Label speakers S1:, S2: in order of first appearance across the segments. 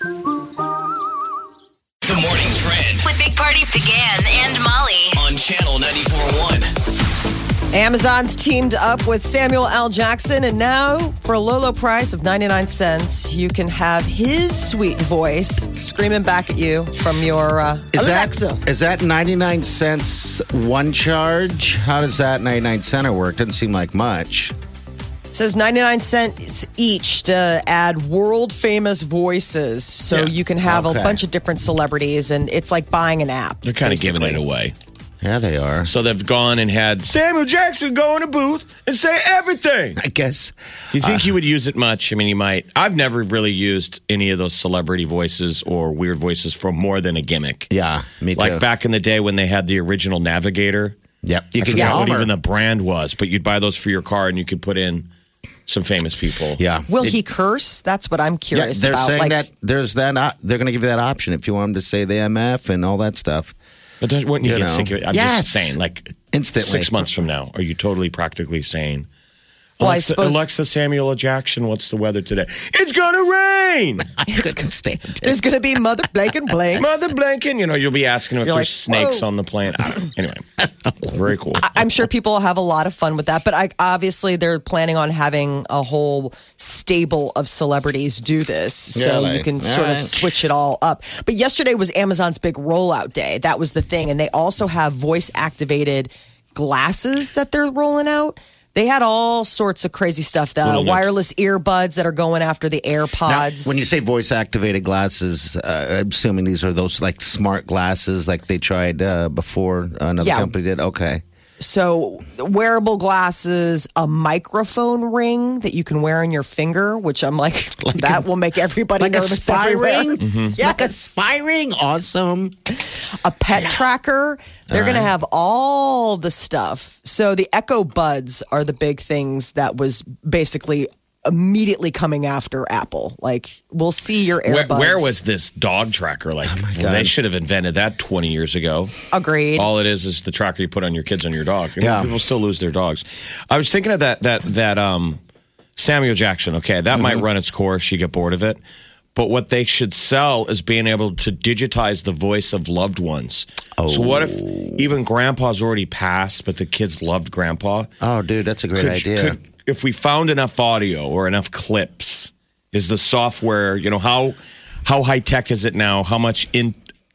S1: The morning trend
S2: With Big Party began and Molly.
S1: on channel 94.1.
S3: Amazon's teamed up with Samuel L. Jackson, and now for a low, low price of 99 cents, you can have his sweet voice screaming back at you from your uh, Alexa.
S4: that is that 99 cents one charge? How does that 99 center work? Doesn't seem like much.
S3: It says 99 cents each to add world famous voices. So you can have a
S4: Okay.
S3: bunch of different celebrities, and it's like buying an app.
S5: They're kind of giving it
S3: basically.
S5: away.
S4: Yeah, they are.
S5: So they've gone and had Samuel Jackson go in a booth and say everything.
S4: I guess.
S5: Do you think you would use it much? I mean, you might. I've never really used any of those celebrity voices or weird voices for more than a gimmick.
S4: Yeah, me too.
S5: Like back in the day when they had the original Navigator.
S4: Yep. You
S5: I
S4: could
S5: forgot
S4: get
S5: what
S4: Homer.
S5: even the brand was, but you'd buy those for your car and you could put in some famous people.
S4: yeah.
S3: Will
S4: It-
S3: he curse? That's what I'm
S4: Yeah,
S3: curious
S4: they're
S3: about.
S4: saying
S3: like,
S4: that there's that op- they're going to give you that option if you want them to say the MF and all that stuff
S5: But don't, wouldn't you,
S4: You
S5: get
S4: know.
S5: sick of it? I'm
S4: Yes.
S5: just saying, like
S4: instantly.
S5: six months from now, are you totally practically saying,
S3: Well, I
S5: Alexa,
S3: suppose-
S5: Alexa Samuel L. Jackson, what's the weather today? It's going to rain.
S4: I couldn't stand it.
S3: there's going to be mother blank and blank.
S5: Mother Blanken, you know, you'll be asking if
S3: You're
S5: there's
S3: like,
S5: snakes
S3: "Whoa."
S5: on the plane. I don't- Anyway, very cool.
S3: I'm sure people will have a lot of fun with that, but I, obviously they're planning on having a whole stable of celebrities do this, so
S4: Really?
S3: you can
S4: All
S3: sort of
S4: right.
S3: switch it all up. But yesterday was Amazon's big rollout day. That was the thing, and they also have voice activated glasses that they're rolling out. They had all sorts of crazy stuff, the
S5: Little Nick.
S3: wireless earbuds that are going after the
S4: Now,
S3: AirPods.
S4: when you say voice activated glasses, uh, I'm assuming these are those like smart glasses like they tried uh, before another
S3: Yeah.
S4: company did. Okay.
S3: So, wearable glasses, a microphone ring that you can wear on your finger, which I'm like, that will make everybody
S4: Like a
S3: nervous.
S4: spy
S3: everywhere.
S4: ring? Mm-hmm. Like a
S3: Yes.
S4: spy ring? Awesome.
S3: a pet tracker. They're
S4: All
S3: going to
S4: right.
S3: have all the stuff. So, the Echo Buds are the big things that was basically immediately coming after Apple. Like, we'll see your
S5: Where,
S3: AirBuds. Oh
S5: where was this dog tracker? Like,
S4: God.
S5: they should have invented that 20 years ago.
S3: Agreed.
S5: All it is is the tracker you put on your kids on your dog. I mean,
S4: Yeah.
S5: People still lose their dogs. I was thinking of that that that um Samuel Jackson. Okay, that might run its course. You get bored of it. But what they should sell is being able to digitize the voice of loved ones. So what if even grandpa's already passed, but the kids loved grandpa?
S4: Oh, dude, that's a great
S5: Could-
S4: idea.
S5: could- if we found enough audio or enough clips, is the software, you know, how how high tech is it now? How much in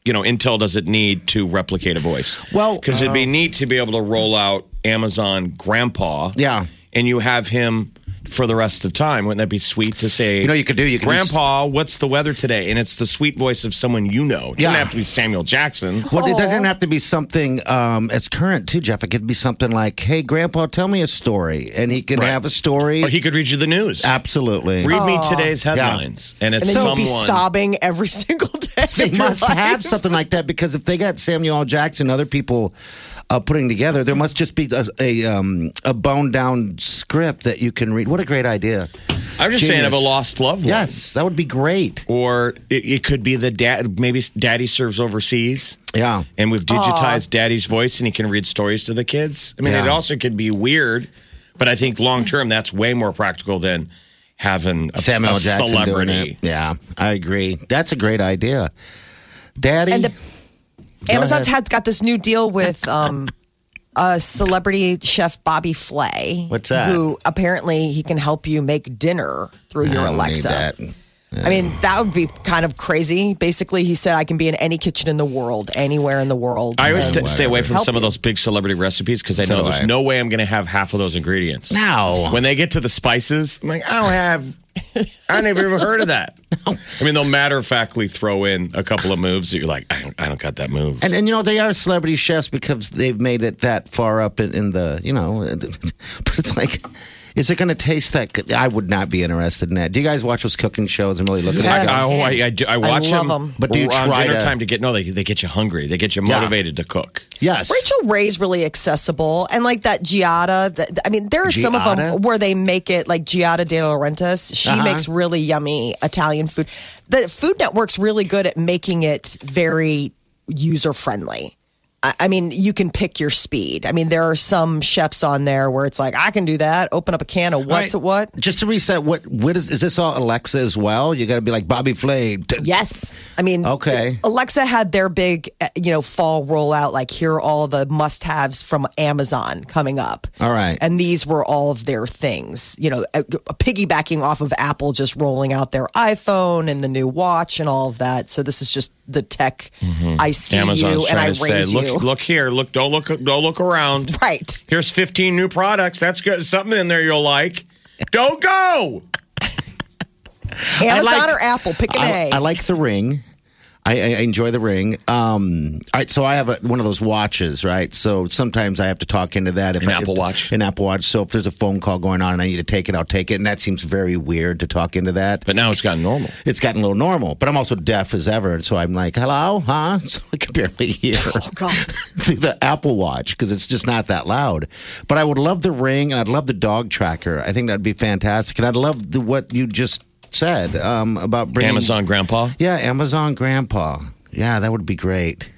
S5: you know intel does it need to replicate a voice?
S4: Well- uh,
S5: because it'd be neat to be able to roll out Amazon Grandpa,
S4: Yeah.
S5: and you have him for the rest of time. Wouldn't that be sweet to say?
S4: You know, you could do- you could
S5: Grandpa, what's the weather today? And it's the sweet voice of someone you know. It doesn't
S4: Yeah.
S5: have to be Samuel Jackson.
S4: Well, it doesn't have to be something um, as current too, Jeff. It could be something like, "Hey, Grandpa, tell me a story," and he can
S5: Right.
S4: have a story.
S5: Or he could read you the news.
S4: Absolutely,
S5: Read me today's headlines, and
S3: and
S5: it's
S3: then
S5: someone.
S3: you'll be sobbing every single day.
S4: they
S3: of your
S4: must
S3: life.
S4: have something like that because if they got Samuel L. Jackson, and other people uh, putting together, there must just be a a, um, a bone down script that you can read. What a great idea!
S5: I'm just saying of a
S4: Genius.
S5: lost loved one.
S4: Yes, that would be great.
S5: Or it, it could be the dad, maybe daddy serves overseas
S4: Yeah.
S5: and we've digitized daddy's voice and he can read stories to the kids. I mean, it
S4: Yeah.
S5: also could be weird, but I think long term that's way more practical than having a,
S4: Samuel
S5: a
S4: L. Jackson
S5: celebrity.
S4: doing it. Yeah, I agree. That's a great idea, Daddy.
S3: And the- Amazon's
S4: ahead.
S3: had got this new deal with um, a celebrity chef, Bobby Flay.
S4: What's that?
S3: Who apparently he can help you make dinner through your
S4: I don't need
S3: Alexa.
S4: that.
S3: I mean, that would be kind of crazy. Basically, he said I can be in any kitchen in the world, anywhere in the world.
S5: I always
S4: Yeah,
S5: st- stay away
S4: whatever.
S5: from
S3: Help
S5: some of
S3: you.
S5: those big celebrity recipes because I
S4: So
S5: know
S4: do
S5: there's
S4: I.
S5: no way I'm going to have half of those ingredients.
S4: No.
S5: When they get to the spices, I'm like, I don't have, I never even heard of that. I mean, they'll matter of factly throw in a couple of moves that you're like, I don't, I don't got that move.
S4: And, and you know they are celebrity chefs because they've made it that far up in, in the you know, but it's like Is it going to taste that? good? I would not be interested in that. Do you guys watch those cooking shows and really look at
S5: I,
S3: Yes.
S4: it?
S5: I, oh, I, I, do- I watch
S3: love
S5: them,
S3: them.
S4: But do you
S5: around
S4: try
S5: dinner
S4: to-
S5: time to get no? They they get you hungry. They get you
S4: Yeah.
S5: motivated to cook.
S4: Yes.
S3: Rachel Ray's really accessible, and like that Giada. That, I mean, there are some of them
S4: Giada?
S3: where they make it like Giada De Laurentiis. She
S4: Uh-huh.
S3: makes really yummy Italian food. The Food Network's really good at making it very user friendly. I I mean, you can pick your speed. I mean, there are some chefs on there where it's like, I can do that. Open up a can of what's
S4: All
S3: it what?
S4: right. Just to reset, what what is is this all Alexa as well? You got to be like Bobby Flay. T-
S3: Yes. I mean,
S4: Okay.
S3: Alexa had their big, uh, you know, fall rollout. Like, here are all the must haves from Amazon coming up.
S4: All right.
S3: And these were all of their things, you know, uh, piggybacking off of Apple just rolling out their iPhone and the new watch and all of that. So, this is just the tech. I see
S5: Amazon's
S3: you and I
S5: trying to
S3: raise
S5: say,
S3: you.
S5: look, look here, look, don't look, don't look around.
S3: Right.
S5: Here's 15 new products. That's good. Something in there you'll like. Don't go.
S3: Amazon
S4: like-
S3: or Apple, pick an
S4: I,
S3: A.
S4: I like the ring. I, I I enjoy the ring. Um, all right, so I have a, one of those watches, right? So sometimes I have to talk into that. If
S5: An
S4: I-
S5: Apple Watch?
S4: an Apple Watch. So if there's a phone call going on and I need to take it, I'll take it. And that seems very weird to talk into that.
S5: But now it's gotten normal.
S4: It's gotten a little normal, but I'm also deaf as ever, and so I'm like, "Hello, huh?" So I can barely hear
S3: God.
S4: through the Apple Watch because it's just not that loud. But I would love the ring, and I'd love the dog tracker. I think that'd be fantastic, and I'd love the, what you just said um, about bringing
S5: Amazon Grandpa.
S4: yeah, Amazon Grandpa. Yeah, that would be great.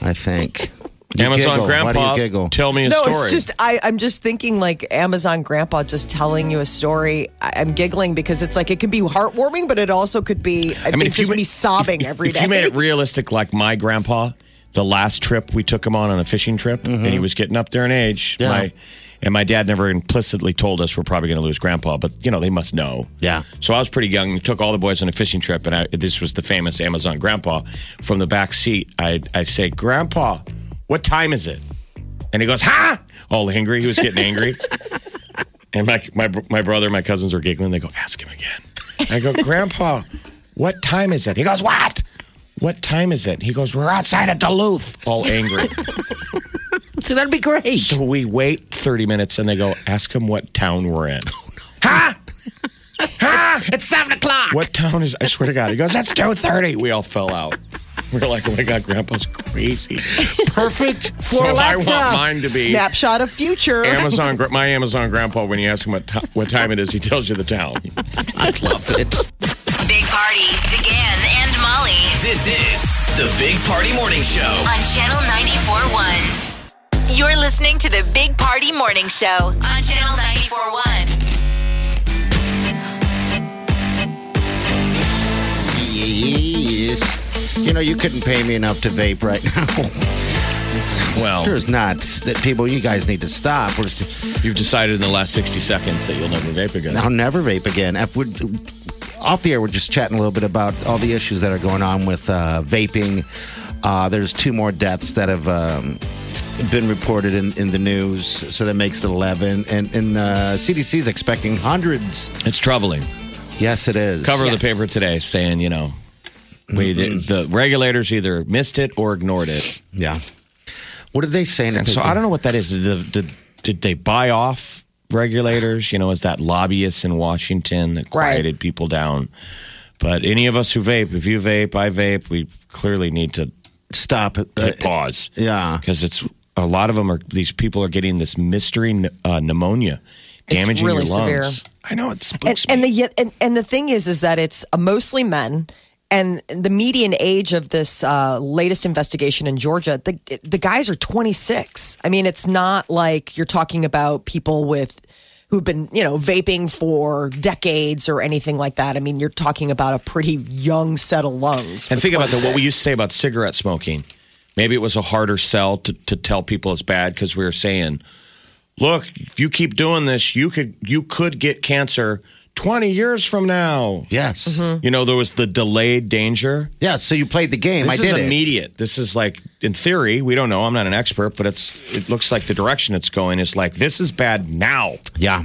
S4: I think. You
S5: Amazon
S4: giggle. Why
S5: Grandpa.
S4: do you giggle?
S5: Tell me a
S3: No,
S5: story.
S3: it's just I, I'm just thinking like Amazon Grandpa just telling you a story. I, I'm giggling because it's like it can be heartwarming, but it also could be I, mean, just
S5: ma-
S3: me sobbing
S5: if,
S3: every
S5: if
S3: day.
S5: you made it realistic, like my grandpa, the last trip we took him on on a fishing trip, and
S3: Mm-hmm.
S5: he was getting up there in age.
S4: Yeah.
S5: My, and my dad never implicitly told us we're probably going to lose grandpa, but you know they must know.
S4: Yeah.
S5: So I was pretty young. We took all the boys on a fishing trip, and I, this was the famous Amazon Grandpa. From the back seat, I I say, "Grandpa, what time is it?" And he goes, "Huh?" All angry. He was getting angry. and my my my brother, and my cousins are giggling. They go, "Ask him again." I go, "Grandpa, what time is it?" He goes, "What?" What time is it? He goes, We're outside of Duluth. All angry.
S4: See, that'd be great.
S5: so we wait 30 minutes and they go, Ask him what town we're in. Huh? Huh?
S4: It's seven o'clock.
S5: What town is? I swear to God, he goes. That's two thirty. We all fell out. We We're like, oh my God, Grandpa's crazy.
S4: perfect
S5: So
S4: for
S5: I
S4: Alexa?
S5: want mine to be
S3: Snapshot of future.
S5: Amazon. Gra- My Amazon Grandpa. When you ask him what ti what time it is, he tells you the town.
S4: I love it.
S2: Big Party, DeGan and Molly
S1: This is the Big Party Morning Show.
S2: on Channel 94.1. You're listening to the Big Party Morning Show on Channel 94.1.
S4: Yes. You know, you couldn't pay me enough to vape right now.
S5: Well,
S4: There's not that people. You guys need to stop. We're just,
S5: you've decided in the last sixty seconds that you'll never vape again.
S4: I'll never vape again. I would, off the air, we're just chatting a little bit about all the issues that are going on with uh, vaping. Uh, there's two more deaths that have um, been reported in, in the news, so that makes it 11. And, and uh, CDC is expecting hundreds.
S5: It's troubling.
S4: Yes, it is.
S5: Cover of
S3: Yes.
S5: the paper today saying, you know, we the, the regulators either missed it or ignored it.
S4: Yeah. What did they say? in the
S5: And so
S4: paper?
S5: I don't know what that is. Did, did, did they buy off regulators? You know, is that lobbyists in Washington that
S3: Right.
S5: quieted people down? But any of us who vape, if you vape, I vape, we clearly need to
S4: Stop. Uh, it.
S3: Uh,
S5: hit pause
S4: yeah.
S5: because it's a lot of them are these people are getting this mystery uh, pneumonia,
S3: It's
S5: damaging
S3: really
S5: your lungs.
S3: severe.
S5: I know it
S3: and,
S5: spooks
S3: and the
S5: me.
S3: yet- and, and the thing is is that it's uh, mostly men and the median age of this uh, latest investigation in Georgia the the guys are 26 I mean it's not like you're talking about people with who've been you know vaping for decades or anything like that I mean you're talking about a pretty young set of lungs
S5: and
S3: with
S5: think about that. What
S3: 26.
S5: we used to say about cigarette smoking, maybe it was a harder sell to, to tell people it's bad because we were saying, "Look, if you keep doing this, you could you could get cancer twenty years from now."
S4: Yes.
S5: You know, there was the delayed danger.
S4: Yeah, so you played the game.
S5: This
S4: I
S5: is
S4: did it.
S5: immediate. This is like in theory. We don't know. I'm not an expert, but it's it looks like the direction it's going is like this is bad now.
S4: Yeah.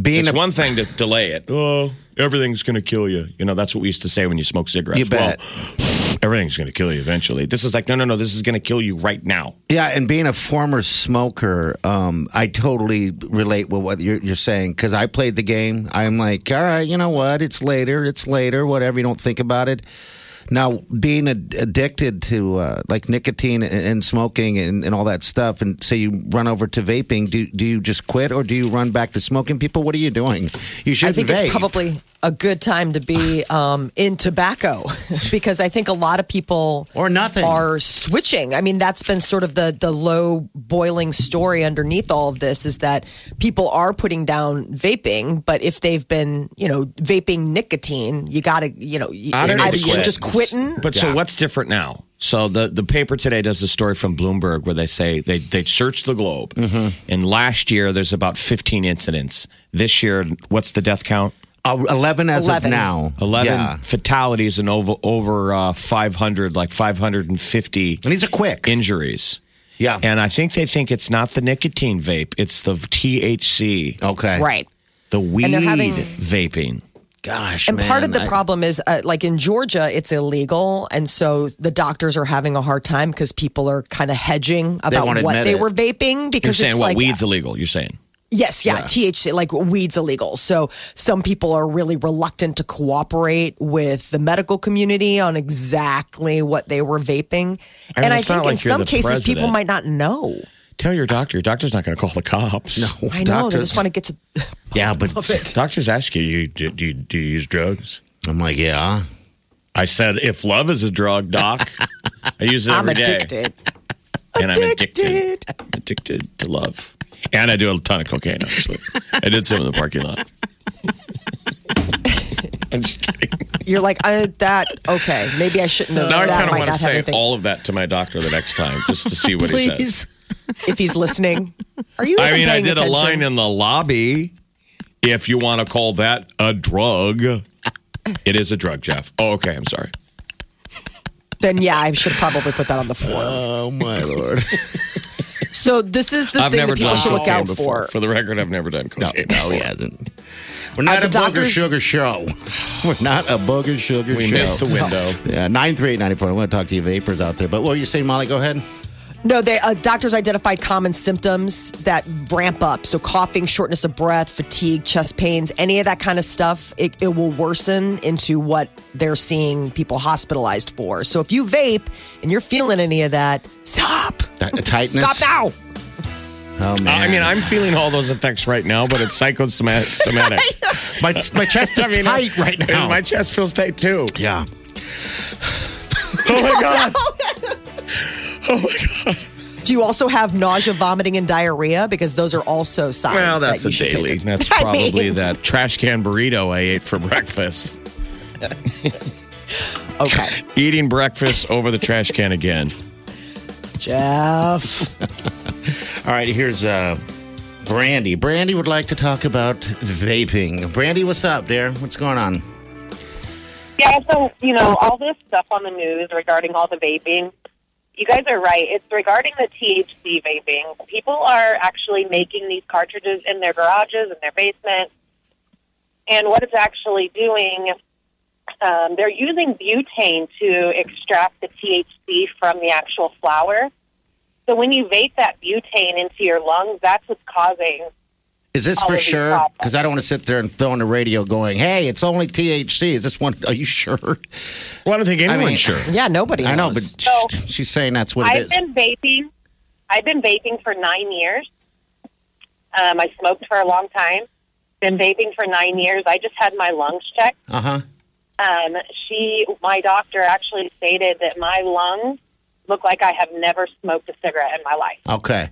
S4: Being
S5: It's
S4: a,
S5: one thing to delay it. Oh, everything's going to kill you. You know, that's what we used to say when you smoke cigarettes.
S4: You bet.
S5: Well, everything's going to kill you eventually. This is like, no, no, no, this is going to kill you right now.
S4: Yeah, and being a former smoker, um, I totally relate with what you're, you're saying because I played the game. I'm like, all right, you know what? It's later. It's later. Whatever. You don't think about it. Now, being ad- addicted to uh, like nicotine and, and smoking and, and all that stuff, and say you run over to vaping, do do you just quit or do you run back to smoking? People, what are you doing? You should
S3: I think
S4: vape.
S3: it's probably a good time to be um, in tobacco because I think a lot of people
S4: Or nothing.
S3: are switching. I mean, that's been sort of the the low boiling story underneath all of this is that people are putting down vaping, but if they've been you know vaping nicotine, you got to you know you-
S5: don't
S3: either
S5: know.
S3: you're just quitting.
S5: But so
S4: Yeah.
S5: what's different now? So the the paper today does a story from Bloomberg where they say they they searched the globe,
S4: Mm-hmm.
S5: and last year there's about 15 incidents. This year, what's the death count?
S4: Uh, eleven as of
S3: 11.
S4: now.
S5: 11
S4: Yeah.
S5: fatalities and over over uh, 500, like 550
S4: and these are quick.
S5: injuries.
S4: yeah.
S5: And I think they think it's not the nicotine vape; it's the THC,
S4: okay.
S3: Right.
S5: the weed
S3: they're having-
S5: vaping.
S4: Gosh.
S3: And part of the
S4: problem.
S3: problem is, uh, like in Georgia, it's illegal, and so the doctors are having a hard time because people are kind of hedging about
S4: won't
S3: what
S4: admit
S3: they
S4: it.
S3: were vaping
S5: You're
S3: because
S5: saying
S3: it's
S5: what
S3: like
S5: weed's illegal? You're saying
S3: Yes, yeah, THC, like weed's illegal. So some people are really reluctant to cooperate with the medical community on exactly what they were vaping.
S5: I mean,
S3: and I
S5: it's
S3: think
S5: not
S3: in
S5: like you're
S3: some
S5: the
S3: cases, people
S5: president.
S3: might not know.
S5: tell your doctor. Your doctor's not going to call the cops. No.
S3: I know, they just want to get to.
S4: Yeah, but
S5: Doctors ask you, you do, do, you- do you use drugs?
S4: I'm like, yeah.
S5: I said, if love is a drug, doc, I use it
S3: I'm
S5: every day.
S3: addicted.
S5: And I'm addicted. Addicted to love. And I do a ton of cocaine, actually. I did some in the parking lot. I'm just kidding.
S3: You're like, uh, that, okay, maybe I shouldn't have.
S5: Now I
S3: that
S5: kind of
S3: might
S5: want
S3: not
S5: to
S3: have
S5: say
S3: anything.
S5: all of that to my doctor the next time just to see what he says.
S3: if he's listening. Are you
S5: I
S3: even
S5: mean, I
S3: paying
S5: did
S3: attention?
S5: a line in the lobby. If you want to call that a drug, it is a drug, Jeff. Oh, okay. I'm sorry.
S3: Then, yeah, I should probably put that on the form.
S5: Uh,
S4: Oh my lord.
S3: So, this is the
S5: I've
S3: thing
S5: never
S3: that people
S5: done
S3: should look
S5: cocaine
S3: out
S5: before.
S3: for. Oh,
S5: For the record, I've never done
S4: No,
S5: cocaine.
S4: no, he hasn't. We're not
S3: Uh, the
S4: a booger
S3: doctors-
S4: sugar show. We're not a booger sugar
S5: We
S4: show.
S5: missed the window.
S4: Yeah, nine three eight ninety four. I want to talk to you vapors out there. But what were you saying, Molly? Go ahead.
S3: No, they uh, doctors identified common symptoms that ramp up. So coughing, shortness of breath, fatigue, chest pains, any of that kind of stuff, it, it will worsen into what they're seeing people hospitalized for. So if you vape and you're feeling any of that, stop.
S4: That- the tightness.
S3: Stop now.
S4: Oh man.
S5: I mean, I'm feeling all those effects right now, but it's psychosomatic. somatic.
S4: my my chest is
S5: I mean,
S4: tight right
S5: and
S4: now.
S5: My chest feels tight too.
S4: yeah.
S5: Oh my god!
S3: Do you also have nausea, vomiting, and diarrhea? Because those are also signs.
S5: Well, that's
S3: that
S5: a
S3: you should pay
S5: daily.
S3: attention-
S5: That's
S3: I
S5: probably
S3: mean-
S5: that trash can burrito I ate for breakfast.
S3: Okay,
S5: Eating breakfast over the trash can again.
S3: Jeff.
S4: All right. Here's uh, Brandy. Brandy would like to talk about vaping. Brandy, what's up, dear? What's going on?
S6: Yeah, so, you know, all this stuff on the news regarding all the vaping, you guys are right. It's regarding the THC vaping. People are actually making these cartridges in their garages, in their basement. And what it's actually doing, um, they're using butane to extract the THC from the actual flower. So when you vape that butane into your lungs, that's what's causing
S4: Is this
S6: All
S4: for
S6: of these
S4: sure?
S6: problems.
S4: Because I don't want to sit there and throw on the radio going, "Hey, it's only THC." Is this one? Are you sure?
S5: Well, I don't think anyone's
S4: mean-
S5: sure.
S3: Yeah, nobody. Knows.
S4: I know, but
S6: So-
S4: sh- she's saying that's what it
S6: I've
S4: is.
S6: been vaping. I've been vaping for nine years. Um, I smoked for a long time. Been vaping for nine years. I just had my lungs checked.
S4: Uh huh.
S6: Um, she, my doctor, actually stated that my lungs look like I have never smoked a cigarette in my life.
S4: Okay.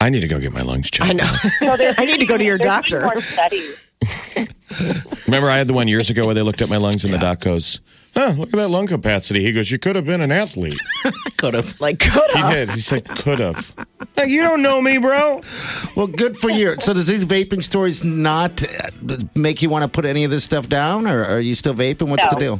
S5: I need to go get my lungs checked.
S3: I know.
S6: So there's
S3: I need to go to your
S6: there's been
S3: doctor.
S6: More studies.
S5: Remember, I had the one years ago where they looked at my lungs and the doc goes, "Huh, look at that lung capacity." He goes, "You could have been an athlete."
S4: Could have.
S3: Like, could
S5: He did. He said, "Could have." Like, you don't know me, bro.
S4: Well, good for you. So, does these vaping stories not uh, make you want to put any of this stuff down, or are you still vaping? What's the
S6: No.
S4: deal?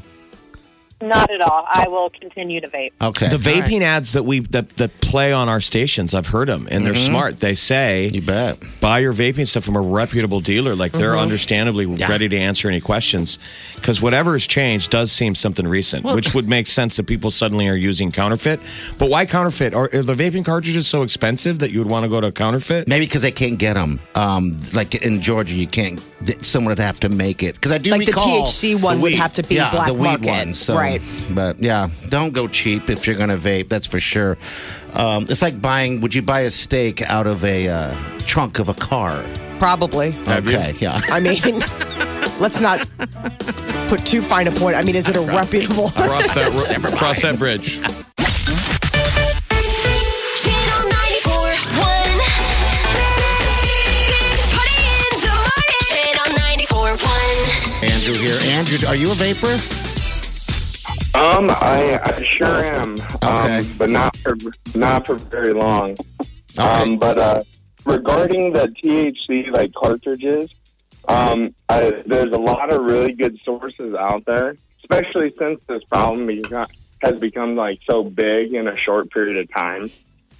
S6: Not at all. I will continue to vape.
S4: Okay.
S5: The vaping ads that we that, that play on our stations, I've heard them, and they're smart. They say
S4: You bet.
S5: buy your vaping stuff from a reputable dealer. Like they're understandably ready to answer any questions because whatever has changed does seem something recent, which would make sense that people suddenly are using counterfeit. But why counterfeit? Are, are the vaping cartridges so expensive that you would want to go to counterfeit?
S4: Maybe because they can't get them. Um, like in Georgia, you can't. th- Someone would have to make it. Because I do
S3: Like the
S4: recall
S3: THC one would
S4: weed.
S3: have to be
S4: yeah,
S3: black
S4: the weed
S3: market.
S4: one, so-
S3: Right.
S4: But yeah, don't go cheap if you're going to vape. That's for sure. Um, it's like buying. Would you buy a steak out of a uh, trunk of a car?
S3: Probably.
S5: Have you?
S4: okay. Yeah.
S3: I mean, let's not put too fine a point. I mean, is it a reputable?
S5: Cross that ro- cross that bridge.
S2: Channel 941. Big Party in the morning. Channel 941.
S4: Andrew here. Andrew, are you a vapor?
S7: Um, I, I sure am.
S4: Okay.
S7: Um, but not for not for very long. Um, but uh, regarding the THC like cartridges, um, I, there's a lot of really good sources out there, especially since this problem beco- has become like so big in a short period of time.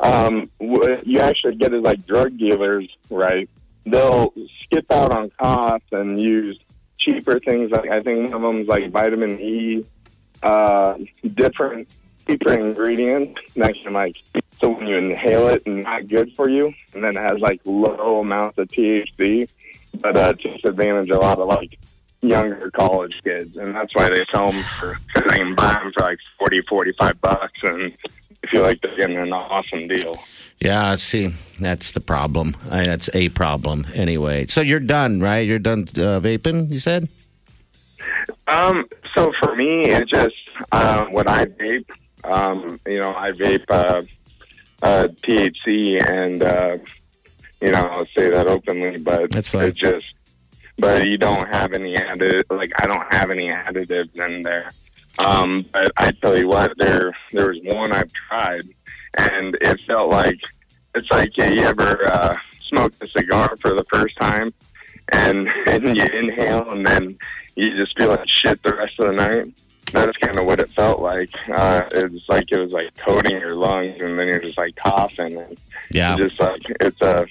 S7: Um, what you actually get is like drug dealers, right? They'll skip out on costs and use cheaper things. Like I think one of them's like vitamin E uh, different cheaper ingredients that can like so when you inhale it and not good for you and then it has like low amounts of THC but uh takes advantage of a lot of like younger college kids and that's why they sell them for they can buy them for like 40 45 bucks and I feel like they're getting an awesome deal
S4: Yeah. I See, that's the problem. I, that's a problem. Anyway, so you're done, right? You're done uh, vaping. You said.
S7: Um, so for me, it just um, when I vape, um, you know, I vape uh, uh, THC, and uh, you know, I'll say that openly, but
S4: That's fine.
S7: it just, but you don't have any added, like I don't have any additives in there. Um, but I tell you what, there there was one I've tried, and it felt like it's like yeah, you ever uh, smoked a cigar for the first time, and and you inhale, and then you just feel like shit the rest of the night. That's kind of what it felt like. Uh, it was like it was like coating your lungs, and then you're just like coughing. And
S4: Yeah.
S7: just like it's a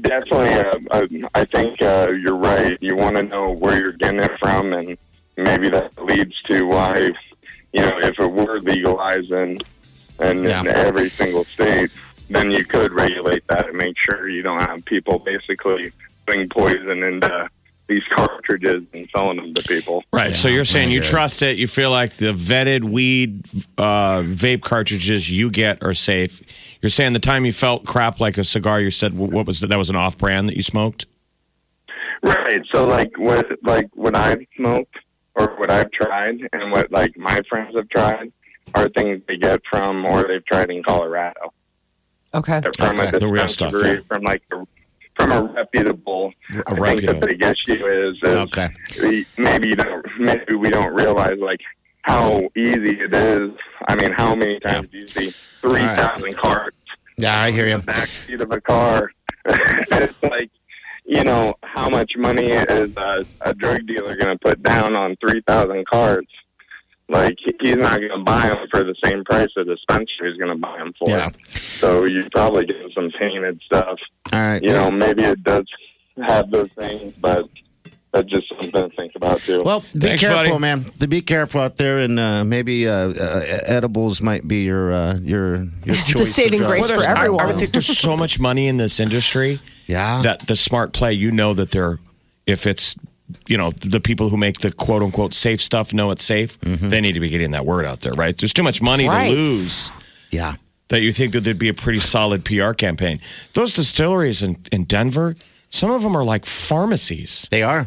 S7: definitely. A, a, I think uh, you're right. You want to know where you're getting it from, and maybe that leads to why you know if it were legalized and and in
S4: Yeah.
S7: every single state, then you could regulate that and make sure you don't have people basically putting poison into these cartridges and selling them to people.
S5: Right. so
S4: Yeah,
S5: you're saying
S4: I
S5: you
S4: get it.
S5: trust it. You feel like the vetted weed uh, vape cartridges you get are safe. You're saying the time you felt crap like a cigar, you said wh- what was that? That was an off brand that you smoked.
S7: Right. So like with like what I've smoked or what I've tried and what like my friends have tried are things they get from or they've tried in Colorado.
S3: okay.
S7: They're from
S4: Okay,
S7: a
S5: the real stuff,
S7: dispensary,
S5: yeah.
S7: from like a, from a reputable.
S5: A
S7: I think that
S5: reputable.
S7: they get you is, is
S4: Okay.
S7: we- maybe you don't, maybe we don't realize like how easy it is. I mean, how many times do you see three thousand carts
S4: Yeah, I hear you.
S7: backseat of a car. it's like, you know, how much money is a, a drug dealer going to put down on 3,000 cars? Like, he- he's not going to buy them for the same price the dispensary is going to buy them for.
S4: Yeah.
S7: So you're probably getting some tainted stuff.
S4: All right.
S7: You know, maybe it does have those things, but that's just something to think about, too.
S4: Well, be
S5: Thanks,
S4: careful,
S5: buddy.
S4: man. To be careful out there, and uh, maybe uh, uh, edibles might be your uh, your your choice. of
S3: saving grace
S4: drugs.
S3: for
S5: I- I,
S3: everyone.
S5: would think there's so much money in this industry
S4: Yeah.
S5: that the smart play, you know, that they're if it's you know the people who make the quote unquote safe stuff know it's safe. They need to be getting that word out there, Mm-hmm. right? There's too much money
S3: Right.
S5: to lose.
S4: yeah.
S5: that you think that there'd be a pretty solid PR campaign. Those distilleries in, in Denver, some of them are like pharmacies.
S4: They are.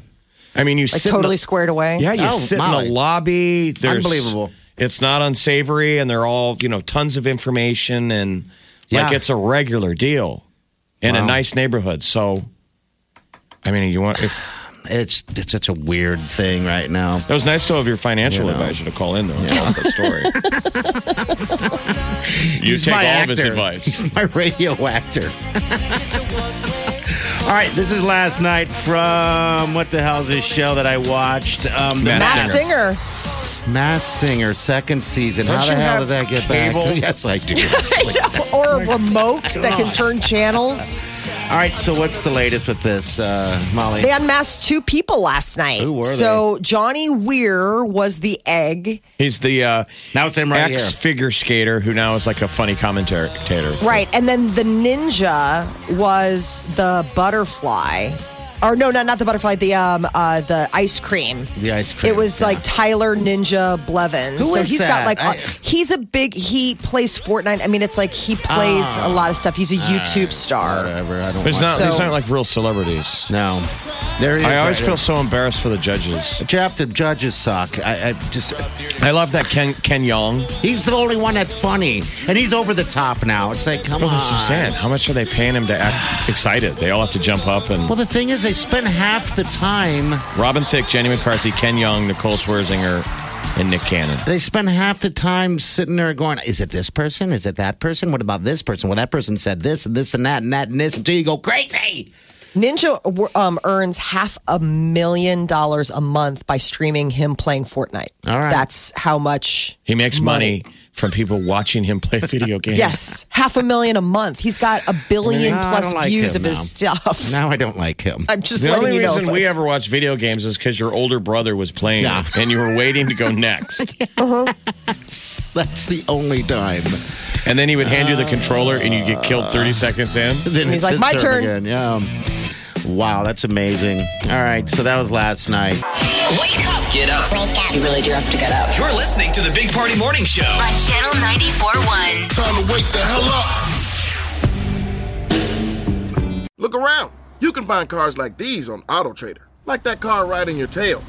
S5: I mean, you
S3: Like
S5: sit
S3: totally
S5: In
S3: squared away.
S5: the, yeah, you
S4: Oh,
S5: sit
S4: my.
S5: in the lobby. There's,
S4: Unbelievable.
S5: It's not unsavory, and they're all you know tons of information and like
S4: Yeah.
S5: it's a regular deal in a
S4: Wow.
S5: nice neighborhood. So, I mean, you want if
S4: It's it's such a weird thing right now.
S5: that was nice to have your financial advisor to call in though and tell us that story. you take all
S4: my
S5: of his
S4: actor.
S5: advice.
S4: He's my radio actor. All right, this is last night from what the hell's this show that I watched? Um, the
S5: Masked
S3: Matt
S4: Masked
S3: Singer.
S4: Mass Singer, second season. How
S5: Don't
S4: the
S5: you
S4: hell
S5: have
S4: did that get
S5: cable?
S4: back? Yes, I do. Oh
S3: or a remote that can turn channels.
S4: All right, so what's the latest with this, uh, Molly?
S3: They unmasked two people last night.
S4: Who were they?
S3: so Johnny Weir was the egg.
S5: He's the uh,
S4: now it's him right
S5: ex
S4: here.
S5: figure skater who now is like a funny commentator.
S3: Right. And then the ninja was the butterfly. Or no, not not the butterfly, the um uh the ice cream.
S4: The ice cream.
S3: It was
S4: yeah.
S3: like Tyler Ninja Blevins.
S4: Who
S3: so
S4: is
S3: he's
S4: that?
S3: got like
S4: I-
S3: a- he's a big he plays Fortnite. I mean, it's like he plays a
S4: Oh.
S3: lot of stuff. He's a YouTube star.
S4: whatever. I don't.
S5: But it's
S4: want
S5: not,
S4: to-
S5: these aren't like real celebrities.
S4: No, there he is.
S5: I always
S4: right
S5: feel
S4: here.
S5: so embarrassed for the judges.
S4: Jeff, the judges suck. I, I just,
S5: I love that Ken Ken Young.
S4: he's the only one that's funny, and he's over the top now. It's like, come
S5: Well,
S4: on.
S5: that's
S3: Ah.
S5: what I'm saying. How much are they paying him to act excited? They all have to jump up and
S4: Well, the thing is, they spent half the time.
S5: Robin Thicke, Jenny McCarthy, Ken Young, Nicole Swerzinger, and Nick Cannon.
S4: They spent half the time sitting there going, "Is it this person? Is it that person? What about this person? Well, that person said this and this and that and that and this until you go crazy."
S3: Ninja um, earns half a million dollars a month by streaming him playing Fortnite.
S4: All right.
S3: That's how much.
S5: He makes money, from people watching him play video games.
S3: Yes, half a million a month. He's got a billion
S4: No, uh, I
S3: plus
S4: don't like
S3: views
S4: him
S3: of his
S4: now.
S3: stuff.
S4: Now I don't like him.
S3: I'm just
S5: The
S3: letting
S5: only
S3: you know.
S5: reason we ever watched video games is because your older brother was playing
S4: Yeah.
S5: and you were waiting to go next.
S4: That's the only time.
S5: and then he would hand you
S3: Uh,
S5: the controller and you'd get killed 30 seconds in.
S4: Then
S3: He's
S4: it's
S3: like,
S4: his
S3: "My
S4: Again. Yeah. Wow, that's amazing. All right, so that was last night.
S1: Wake up.
S8: Get up.
S1: You really do have to get up.
S8: You're listening to the Big Party Morning Show.
S1: On Channel 94.1.
S2: Time to wake the hell up. Look around. You can find cars like these on AutoTrader, like that car riding your tail.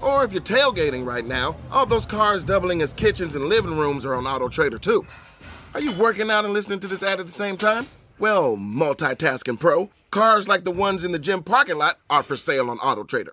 S2: Or if you're tailgating right now, all those cars doubling as kitchens and living rooms are on AutoTrader too. Are you working out and listening to this ad at the same time? Well, multitasking pro, cars like the ones in the gym parking lot are for sale on AutoTrader.